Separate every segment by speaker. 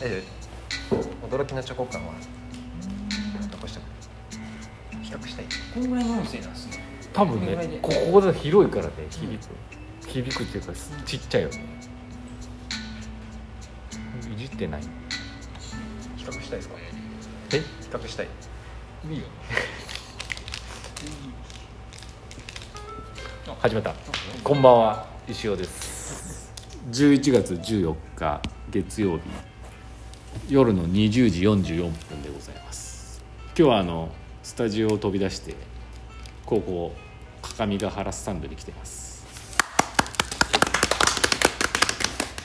Speaker 1: ええ驚きのチョコ感は残しておく比較したい
Speaker 2: こんぐらいの店なんですね
Speaker 3: 多分ねこここで広いからね響く響くっていうかちっちゃいよねいじってない
Speaker 1: 比較したいですか
Speaker 3: え
Speaker 1: 比較したい
Speaker 3: いいよ始まったこんばんは石尾です11月14日月曜日夜の20時44分でございます今日はあのスタジオを飛び出して高校各務原スタンドに来てます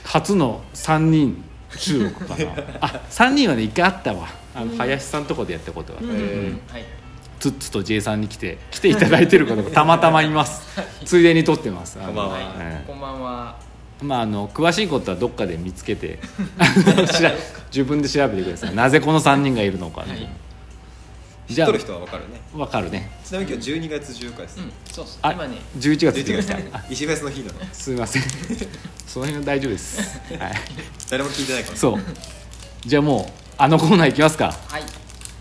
Speaker 3: 初の3人中国か なあ三3人はね一回あったわあの林さんとこでやったことが、
Speaker 2: うんはい
Speaker 3: ツッツと J さんに来て来ていただいてる方がたまたまいますついでに撮ってますこ
Speaker 1: こんばんは
Speaker 2: はいこんばんは
Speaker 3: まああの詳しいことはどっかで見つけてあの しら自分で調べてくださいなぜこの3人がいるのか、
Speaker 2: はい
Speaker 3: じゃ
Speaker 1: 取る人は分かるね
Speaker 3: あわかるね
Speaker 1: ちなみに今日12月14日です、
Speaker 2: うんそうっす
Speaker 3: あ
Speaker 2: 今ね
Speaker 3: 11月
Speaker 1: 11
Speaker 3: 来まし
Speaker 1: 月
Speaker 3: た
Speaker 1: 石フェスの日なの
Speaker 3: すみませんその辺は大丈夫です、はい、
Speaker 1: 誰も聞いてないから
Speaker 3: そうじゃあもうあのコーナーいきますか
Speaker 2: はい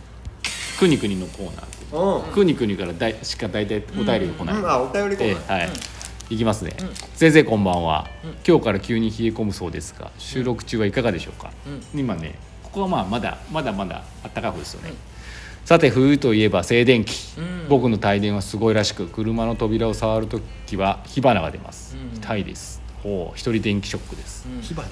Speaker 3: 「くにくに」のコーナー
Speaker 1: うん
Speaker 3: くにくにからだいしか大体お便りが来ない、
Speaker 1: うんあお便りコー
Speaker 3: え
Speaker 1: ナー
Speaker 3: えはい、いきますね、
Speaker 2: うん
Speaker 3: 先生こんばんは、
Speaker 2: うん
Speaker 3: 今日から急に冷え込むそうですが収録中はいかがでしょうか、
Speaker 2: う
Speaker 3: 今ねここはまあまだまだまだあったかい方ですよね、
Speaker 2: うん
Speaker 3: さて冬といえば静電気、
Speaker 2: うん
Speaker 3: 僕の帯電はすごいらしく車の扉を触るときは火花が出ます、
Speaker 2: うん
Speaker 3: 痛いですほう一人電気ショックです、
Speaker 2: うん
Speaker 1: 火花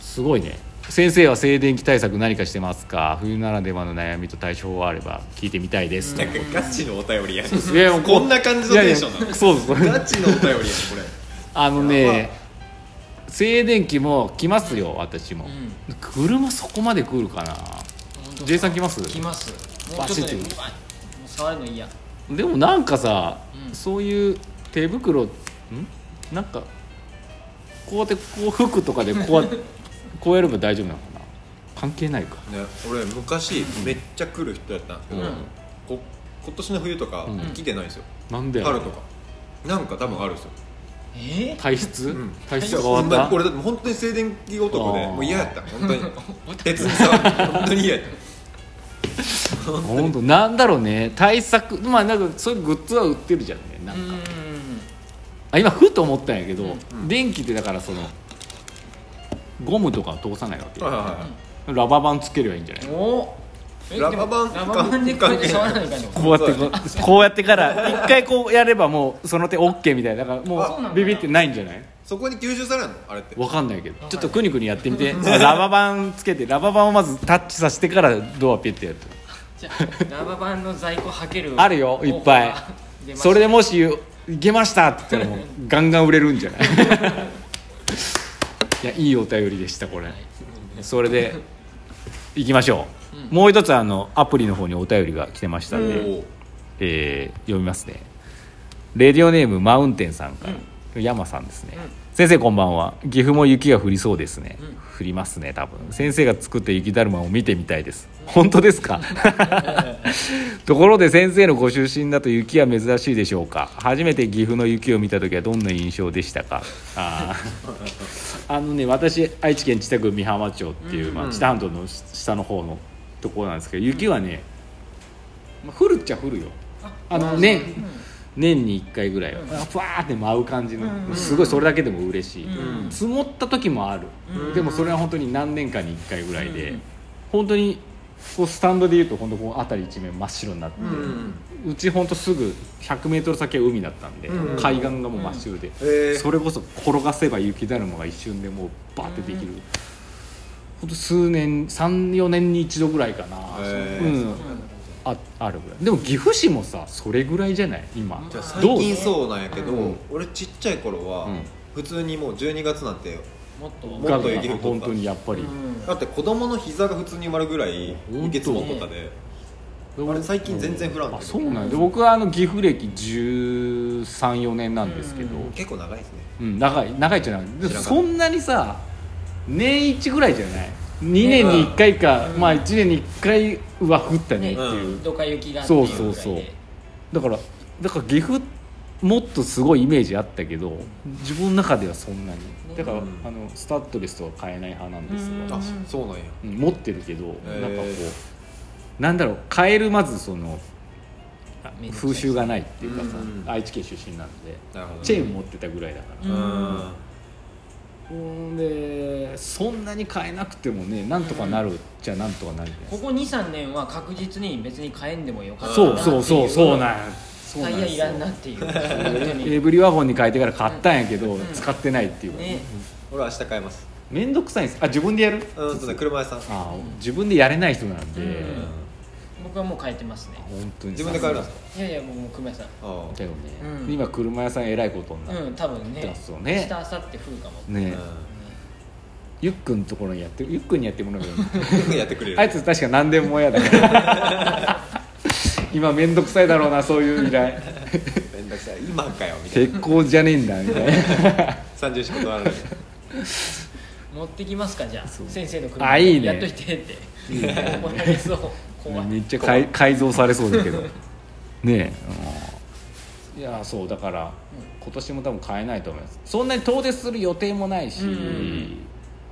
Speaker 3: すごいね先生は静電気対策何かしてますか冬ならではの悩みと対処法あれば聞いてみたいです、
Speaker 1: なんかガチのお便りや
Speaker 3: いやいやもう
Speaker 1: こんな感じのテンションなの
Speaker 3: いやいやそうです そうです
Speaker 1: ガチのお便りやんこれ
Speaker 3: あの
Speaker 1: や
Speaker 3: ね静電気も来ますよ私も、
Speaker 2: う
Speaker 3: 車そこまで来るかな
Speaker 2: 本当
Speaker 3: J さん来ます
Speaker 2: 来ますもう
Speaker 3: バ
Speaker 2: ち
Speaker 3: シ
Speaker 2: ょ
Speaker 3: ッ
Speaker 2: ってとねうわもう触るの嫌
Speaker 3: でもなんかさ、
Speaker 2: うん
Speaker 3: そういう手袋んなんかこうやってこう服とかでこう やこうやれば大丈夫なのかな関係ないか
Speaker 1: ね、俺昔めっちゃ来る人やったんですけど、
Speaker 2: うん
Speaker 1: こ今年の冬とか
Speaker 3: うん
Speaker 1: 来てないんですよ、
Speaker 3: なんで
Speaker 1: 春とかなんか多分あるんですよ
Speaker 2: えー
Speaker 3: 体質、
Speaker 1: ん
Speaker 3: 体質が
Speaker 1: ほん
Speaker 3: 変
Speaker 1: ま
Speaker 3: わ
Speaker 1: に
Speaker 3: った
Speaker 1: 俺だって本当に静電気男で
Speaker 3: あー
Speaker 1: もう嫌やった本当に 鉄に触る本当に嫌やった
Speaker 3: 本当なんだろうね対策まあなんかそういうグッズは売ってるじゃんねなん
Speaker 2: う
Speaker 3: か
Speaker 2: ん
Speaker 3: あ今ふと思ったんやけど、
Speaker 1: うん
Speaker 3: 電気ってだからそのゴムとかは通さないわけ
Speaker 1: はいはいはい
Speaker 3: ラバーバンつければいいんじゃない
Speaker 2: おえ
Speaker 1: ラババン
Speaker 2: でもラババンでこうやって触らないかね
Speaker 3: こうやってこうこうやってから一回こうやればもうその手 OK みたいなだから
Speaker 1: あそう
Speaker 2: なんだ
Speaker 3: もうビビってないんじゃない
Speaker 1: そこに吸収されるのあれって
Speaker 3: わかんないけどちょっとくにくにやってみてラバーバンつけてラバーバンをまずタッチさせてからドアピッてやると
Speaker 2: じゃあラババンの在庫はける
Speaker 3: あるよいっぱいそれでもしいけましたって言ったらもうガンガン売れるんじゃない いやいいお便りでしたこれそれでいきましょう、もう一つあのアプリの方にお便りが来てましたんで、
Speaker 1: おー
Speaker 3: えー読みますねレディオネームマウンテンさんから、山さんですね、先生こんばんは岐阜も雪が降りそうですね、降りますね多分先生が作った雪だるまを見てみたいです本当ですか ところで先生のご出身だと雪は珍しいでしょうか初めて岐阜の雪を見た時はどんな印象でしたかあーあのね私愛知県知多区美浜町っていう、まあ、知多半島の下の方のところなんですけど雪はね、まあ、降るっちゃ降るよあのね、年に1回ぐらいはふわーって舞う感じの、すごいそれだけでも嬉しい、
Speaker 2: う
Speaker 3: 積もった時もある、でもそれは本当に何年かに1回ぐらいで、
Speaker 2: うん
Speaker 3: 本当にこうスタンドでいうと本当こう辺り一面真っ白になって、
Speaker 1: う
Speaker 3: うんち本当すぐ 100m 先は海だったんで、
Speaker 1: うん
Speaker 3: 海岸がもう真っ白で、
Speaker 1: へー
Speaker 3: それこそ転がせば雪だるまが一瞬でもうバーってできる、本当数年34年に一度ぐらいかな、
Speaker 1: へ
Speaker 3: う
Speaker 1: ー
Speaker 3: ん、ああるぐらいでも岐阜市もさそれぐらいじゃない今
Speaker 1: じゃあ最
Speaker 3: どう
Speaker 1: 近そうなんやけど、
Speaker 3: うん
Speaker 1: 俺ちっちゃい頃は、
Speaker 3: うん
Speaker 1: 普通にもう12月なんて
Speaker 2: もっと
Speaker 1: も
Speaker 3: ガ
Speaker 1: っと雪降っとった
Speaker 3: 本当にやっぱり、
Speaker 1: だって子供の膝が普通に埋まるぐらい
Speaker 3: うん
Speaker 1: 雪積もっとったで、あれ最近全然降らんけど
Speaker 3: あそうなんで僕はあの岐阜歴134年なんですけど、
Speaker 2: う
Speaker 3: うんん
Speaker 1: 結構長いですね
Speaker 3: 長い長いじゃないで
Speaker 1: 知らんかった
Speaker 3: そんなにさ年一ぐらいじゃない2年に1回か、
Speaker 2: うん
Speaker 3: まあ1年に1回は降ったね
Speaker 2: ね
Speaker 3: っていう、
Speaker 1: うん
Speaker 2: どか雪があって
Speaker 3: そうそうそうだからだから岐阜もっとすごいイメージあったけど自分の中ではそんなにだから、
Speaker 4: うん
Speaker 3: あのスタッドレスとは買えない派なんです
Speaker 2: うん
Speaker 3: が
Speaker 4: あそうなんや
Speaker 3: うん持ってるけど、
Speaker 4: へー
Speaker 3: なんかこうなんだろう買えるまずその
Speaker 2: めんどくさい
Speaker 3: 風習がないっていうかさ、
Speaker 4: うん
Speaker 3: 愛知県出身なので
Speaker 4: なるほどね
Speaker 3: チェーン持ってたぐらいだから、
Speaker 2: う
Speaker 4: うんん
Speaker 3: ほんでそんなに買えなくてもねなんとかなるじゃなんとかなるじゃないで
Speaker 2: こ
Speaker 3: す
Speaker 2: こ23年は確実に別に買えんでもよか
Speaker 3: か
Speaker 2: った
Speaker 3: そ
Speaker 2: なっ
Speaker 3: う
Speaker 2: てい
Speaker 3: そうそうそうなんそう
Speaker 2: タ
Speaker 3: な
Speaker 2: イ
Speaker 3: ん
Speaker 2: ヤ
Speaker 3: で
Speaker 2: い
Speaker 3: す
Speaker 2: らん
Speaker 3: よ
Speaker 2: な っていう本当
Speaker 3: エ
Speaker 2: に
Speaker 3: ブリワゴンに変えてから買ったんやけど、
Speaker 2: ん
Speaker 3: 使ってないっていうか
Speaker 2: ね
Speaker 4: 俺は明日買います
Speaker 3: 面倒、くさいんですあ自分でやる
Speaker 4: うんそうだ車屋さん
Speaker 3: あ自分でやれない人なんで、
Speaker 2: うん
Speaker 4: う
Speaker 2: 僕はもう変えてますね
Speaker 3: 本当に
Speaker 4: ん自分で買えるん
Speaker 3: ん
Speaker 4: ですか
Speaker 2: いやいやもうもう久米さん
Speaker 4: あ
Speaker 3: だよね、
Speaker 2: うん
Speaker 3: 今車屋さんえらいことにな
Speaker 2: う
Speaker 3: っ
Speaker 2: ん多分ね
Speaker 3: だそうね
Speaker 2: 明日明後日降るかも
Speaker 3: て、ねゆっくんのところにやってゆっくんにやってもらうよ
Speaker 4: あやってくれる
Speaker 3: あいつ確か何でも嫌だから 今面倒くさいだろうなそういう依頼
Speaker 4: めんどくさい今かよみたいな
Speaker 3: 鉄鋼じゃねえんだみたい
Speaker 4: 30仕事ある のに
Speaker 2: 持ってきますかじゃあ
Speaker 3: そう
Speaker 2: 先生の車
Speaker 3: あいいね
Speaker 2: やっといてって 怒られそう怖
Speaker 3: ないめっちゃ改改造されそうだ けどねえうんいやそうだから今年も多分買えないと思いますそんなに遠出する予定もないし、
Speaker 2: うん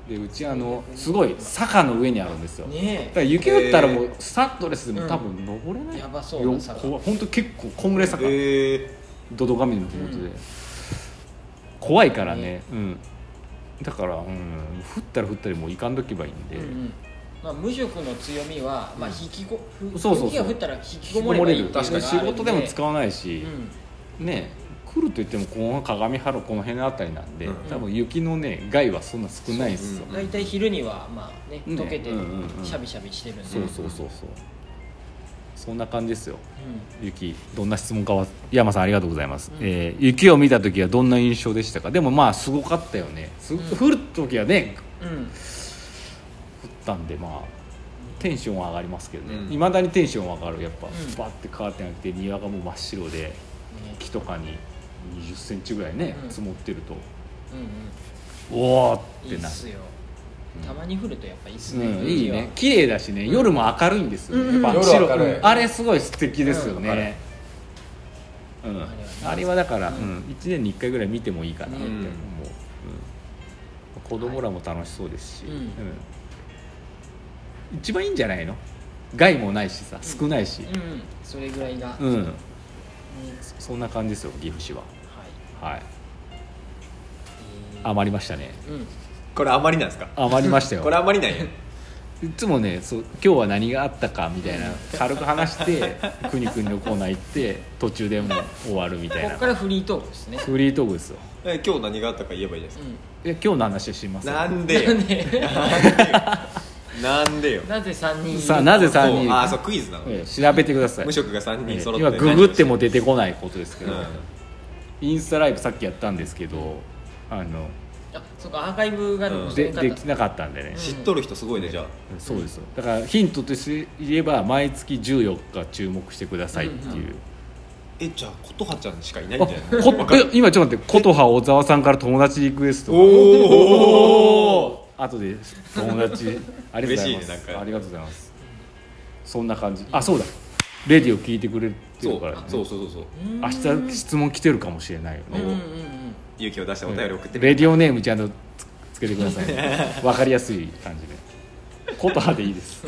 Speaker 3: でうちあのすごい坂の上にあるんですよ、だ
Speaker 2: ね
Speaker 3: から雪降ったらもうスタッドレスでも多分登れない、
Speaker 2: うんやばそうな
Speaker 3: よ
Speaker 2: 坂
Speaker 3: 怖い本当結構こんぐらい坂、
Speaker 4: ええ
Speaker 3: ドドガミのふもと
Speaker 2: う
Speaker 3: で、
Speaker 2: ん
Speaker 3: 怖いからねうんだから、うん、降ったら降ったりもういかんとけばいいん
Speaker 2: え
Speaker 3: で、
Speaker 2: うんうんまあ無職の強みはまあ引きこふ
Speaker 3: そうそう
Speaker 2: 雪
Speaker 3: そう
Speaker 2: が降ったら引きこもればいいっていう
Speaker 3: 確
Speaker 2: の
Speaker 3: か
Speaker 2: が
Speaker 3: に仕事でも使
Speaker 2: う
Speaker 3: わない
Speaker 2: ん
Speaker 3: し
Speaker 2: で、
Speaker 3: ね来るといってもこの鏡原この辺のあたりなんで、
Speaker 4: うん
Speaker 3: 多分雪のね害はそんな少ないんですよ、
Speaker 2: うん大体昼にはまあね
Speaker 3: ね
Speaker 2: 溶けて
Speaker 3: うんうんうん
Speaker 2: シャビシャビしてるんで
Speaker 3: そうそうそうそうそんな感じですよ
Speaker 2: うん
Speaker 3: 雪どんな質問かは山さんありがとうございます、えー雪を見た時はどんな印象でしたかでもまあすごかったよねす
Speaker 2: うん
Speaker 3: 降る時はね
Speaker 2: うん
Speaker 3: 降ったんでまあテンションは上がりますけど
Speaker 4: うん
Speaker 3: ねいま、未だにテンションは上がるやっぱ、
Speaker 2: ん
Speaker 3: バッてカーテン開けて庭がもう真っ白で
Speaker 2: ね
Speaker 3: 木とかに2 0センチぐらいね、
Speaker 2: うん
Speaker 3: 積もってると
Speaker 2: うんうん
Speaker 3: おおっ
Speaker 2: い
Speaker 3: て
Speaker 2: いっ
Speaker 3: な
Speaker 2: すよ
Speaker 3: うん
Speaker 2: たまに降るとやっぱいいっす
Speaker 3: う
Speaker 2: ね、
Speaker 3: ん、
Speaker 2: 雪
Speaker 3: いい
Speaker 2: は
Speaker 3: ね綺麗だしね夜も明るいんですよ、
Speaker 2: うんうん
Speaker 3: やっぱ
Speaker 4: 夜
Speaker 3: 白
Speaker 4: 明るい
Speaker 3: あれすごい素敵ですよ
Speaker 4: うんあ
Speaker 3: ね
Speaker 4: れ、
Speaker 3: うん
Speaker 2: あれは
Speaker 3: あれはだから、う
Speaker 2: うん
Speaker 3: ん1年に1回ぐらい見てもいいかなって
Speaker 2: うん
Speaker 3: 思う、うん子供らも楽しそうですし、
Speaker 2: はい
Speaker 3: うん一番いいんじゃないの害もないしさ少ないし、
Speaker 2: うんうんそれぐらいが、
Speaker 3: うん
Speaker 2: ね
Speaker 3: そんな感じですよ岐阜市は
Speaker 2: はい
Speaker 3: はい
Speaker 2: えー
Speaker 3: 余りましたね
Speaker 2: うん
Speaker 4: これあまりなんですか
Speaker 3: 余りましたよ
Speaker 4: これあまりなんや
Speaker 3: いつもねそう今日は何があったかみたいな軽く話してくにくにのコーナー行って途中でもう終わるみたい
Speaker 2: こ
Speaker 3: な
Speaker 2: こからフリートークですね
Speaker 3: フリートークですよ
Speaker 4: え今日何があったか言えばいいじゃないですか
Speaker 3: いや今日の話します
Speaker 4: なんで
Speaker 2: う
Speaker 4: よ
Speaker 2: ん、で
Speaker 4: なんでよ
Speaker 2: なぜ3人いる
Speaker 3: さあなぜ3
Speaker 4: そう
Speaker 3: 人
Speaker 4: あそうクイズなの
Speaker 3: ええ調べてください
Speaker 4: 無職が3
Speaker 3: ええ
Speaker 4: 人揃って
Speaker 3: 今
Speaker 4: ね
Speaker 3: ググっても出てこないことですけ
Speaker 4: う
Speaker 3: ど、
Speaker 4: ん
Speaker 3: インスタライブさっきやったんですけどあの
Speaker 2: あそっかアーカイブが残せ
Speaker 3: で
Speaker 2: なかっ
Speaker 3: で
Speaker 2: た
Speaker 3: きなかったんでね、
Speaker 4: 知っとる人すごいねじゃあ
Speaker 3: そうですよだからヒントとして言えば毎月14日注目してくださいっていう、
Speaker 4: えじゃあ琴葉ちゃんしかいない
Speaker 3: あ
Speaker 4: んじゃない
Speaker 3: こえ今ちょっと待って琴葉小沢さんから友達リクエストが
Speaker 4: おお
Speaker 3: あとで友達ありがとうござ
Speaker 4: 嬉し
Speaker 3: います
Speaker 4: いねなんか
Speaker 3: ありがとうございますそんな感じあそうだレディを聞いてくれて
Speaker 4: そ
Speaker 3: る
Speaker 4: う
Speaker 3: から、ね、
Speaker 4: そうそうそうそう
Speaker 3: 明日質問来てるかもしれないよ
Speaker 2: うんうんうん
Speaker 3: ね、
Speaker 4: 勇気を出してお便り送って
Speaker 3: レディオネームちゃんとつつけてください ねわかりやすい感じで琴葉でいいです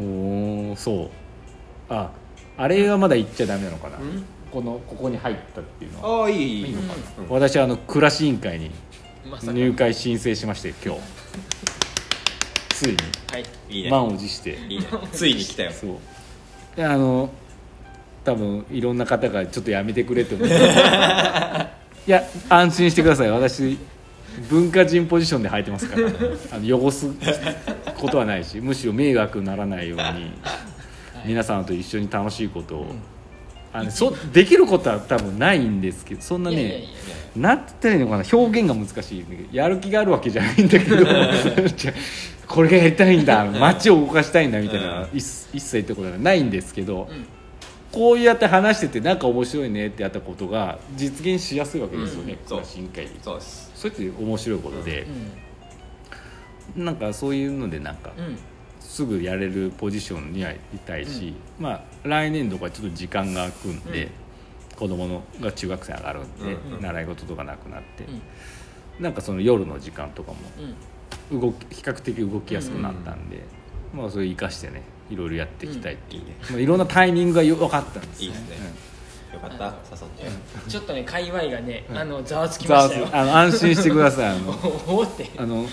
Speaker 3: おおそうああれはまだ言っちゃダメなのかなこのここに入ったっていうのは
Speaker 4: ああいいいいいいうん
Speaker 3: 私はあの暮らし委員会に
Speaker 2: うんまさか
Speaker 3: 入会申請しまして今日つい
Speaker 2: はい
Speaker 4: いい
Speaker 3: に
Speaker 4: ね
Speaker 3: 満を持して
Speaker 4: いいねついに来たよ
Speaker 3: そうであの多分いろんな方がちょっとやめてくれって 思っていや安心してください私文化人ポジションで履いてます から、あの汚すことはないしむしろ迷惑にならないように皆さんと一緒に楽しいことを、あのそできることは多分ないんですけどそんないね
Speaker 2: やいやいや
Speaker 3: なんて言ったらいいのかな表現が難しいんだけどやる気があるわけじゃないんだ けどじゃあこれがやりたいんだ街を動かしたいんだみたいな、
Speaker 4: うん
Speaker 3: 一一切ってことがないんですけど、
Speaker 2: うん
Speaker 3: こうやって話しててなんか面白いねってやったことが実現しやすいわけですよ
Speaker 4: う
Speaker 3: ね、
Speaker 4: ん
Speaker 3: この新会
Speaker 4: そうです
Speaker 3: そうやって面白いことで
Speaker 2: う、ん
Speaker 3: なんかそういうのでなんか、
Speaker 2: うん
Speaker 3: すぐやれるポジションにはいたいし、まあ、来年度からちょっと時間が空くんで、子供のが中学生上がるんで、
Speaker 4: うん
Speaker 2: うん
Speaker 3: 習い事とかなくなって、
Speaker 2: うん
Speaker 3: なんかその夜の時間とかも
Speaker 2: うん
Speaker 3: 動き比較的動きやすくなったんで、まあ、それ生かしてねいろいろやっていきたいっていう、
Speaker 4: うんいいね
Speaker 3: まあ、いろんなタイミングがよ分かったんです
Speaker 4: いい
Speaker 3: よ
Speaker 4: ですね
Speaker 3: う
Speaker 4: よ
Speaker 3: ん
Speaker 4: かった誘って
Speaker 2: ちょっと ね界隈がねあのざわつき
Speaker 3: ざ
Speaker 2: ま
Speaker 3: わ
Speaker 2: し
Speaker 3: つ
Speaker 2: たよ
Speaker 3: あの安心してくださいあの
Speaker 2: おおって
Speaker 3: あの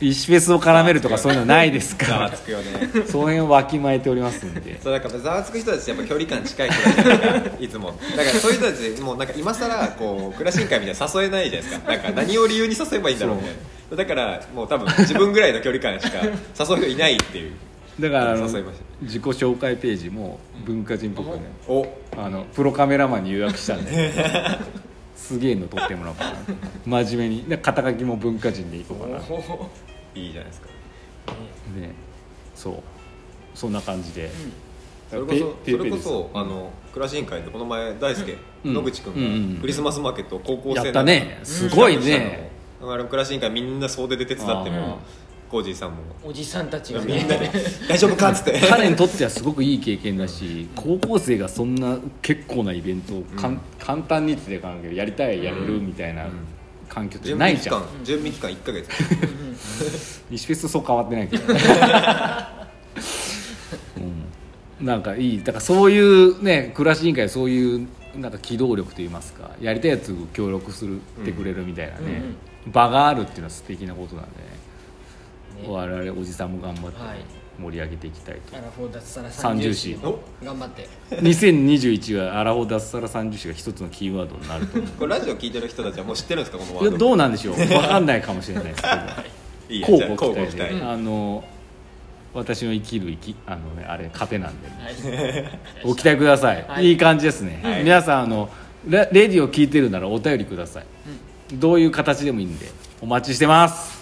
Speaker 3: 石フェスを絡めるとかそういうのないです
Speaker 4: ざ
Speaker 3: か
Speaker 4: わ
Speaker 3: ら
Speaker 4: つくよね
Speaker 3: その辺をわきまえておりますんで
Speaker 4: そうなんかざわつく人たちってやっぱ距離感近い人たちだからいつもだからそういう人たちもうなんか今更こうクラシン会みたいな誘えないじゃないですかなんか何を理由に誘えばいいんだろうみたいなだからもう多分自分ぐらいの距離感しか誘う人いないっていう
Speaker 3: だからあの
Speaker 4: 誘いました
Speaker 3: 自己紹介ページも文化人っぽくね
Speaker 4: お
Speaker 3: あのプロカメラマンに予約したんですげえの撮ってもらおうかな真面目にで肩書きも文化人でいこう
Speaker 2: お
Speaker 3: かな
Speaker 2: お
Speaker 4: いいじゃないですか
Speaker 3: ねそうそんな感じで、
Speaker 4: それこそ
Speaker 3: ペ
Speaker 4: それこ
Speaker 3: ペイペ
Speaker 4: そ
Speaker 3: イです
Speaker 4: あのクラシン会でこの前大輔
Speaker 3: うん
Speaker 4: 野口君
Speaker 3: うんうんうん
Speaker 4: がクリスマスマーケットを高校生ながら
Speaker 3: やったねすごい
Speaker 4: したの
Speaker 3: ね
Speaker 4: だからクラシン会みんな総出で手伝って
Speaker 2: あー
Speaker 4: もコージーさんも
Speaker 2: おじさんたちが
Speaker 4: みんなで
Speaker 2: ね
Speaker 4: 「大丈夫か?」っつ って
Speaker 3: 彼にとってはすごくいい経験だし高校生がそんな結構なイベントをかん、
Speaker 4: うん
Speaker 3: 簡単にって言ってかんけどやりたいやれるみたいな
Speaker 4: うん
Speaker 3: 環境って
Speaker 4: 準
Speaker 3: な
Speaker 4: 備
Speaker 3: い
Speaker 4: 期
Speaker 3: じゃん
Speaker 4: 間準備期間1ヶ月
Speaker 3: 西フェスとそう変わってないけど、 うん、なんかいいだからそういうね暮らし委員会そういうなんか機動力といいますかやりたいやつを協力するってくれるみたいなね、場があるっていうのは素敵なことなんで、ね
Speaker 2: ね
Speaker 3: 我々おじさんも頑張ってね、
Speaker 2: はい
Speaker 3: 盛り上げていきたいと
Speaker 2: アラフォー脱サラ
Speaker 3: 30
Speaker 2: 30
Speaker 3: シ
Speaker 2: シ
Speaker 3: ー
Speaker 2: ー
Speaker 4: ズン
Speaker 2: 頑張って
Speaker 3: 2021はアラフォー脱サラ30種が一つのキーワードになると 思
Speaker 4: これラジオ聞いてる人たちはもう知ってるんですかこのワ
Speaker 3: うい
Speaker 4: ード
Speaker 3: やどうなんでしょう分かんないかもしれない ですけど
Speaker 4: いいや
Speaker 3: 交
Speaker 4: じゃあ
Speaker 3: 互
Speaker 4: 交
Speaker 3: 期
Speaker 4: 互期
Speaker 3: 待で、
Speaker 4: 待
Speaker 3: あの私の生きる生きあの、ね、あれ糧なんで、
Speaker 2: はい
Speaker 3: お期待ください、、
Speaker 2: はいい
Speaker 3: い感じですね、
Speaker 4: はい
Speaker 3: 皆さんあのレレディを聞いてるならお便りくどういう形でもいいんでお待ちしてます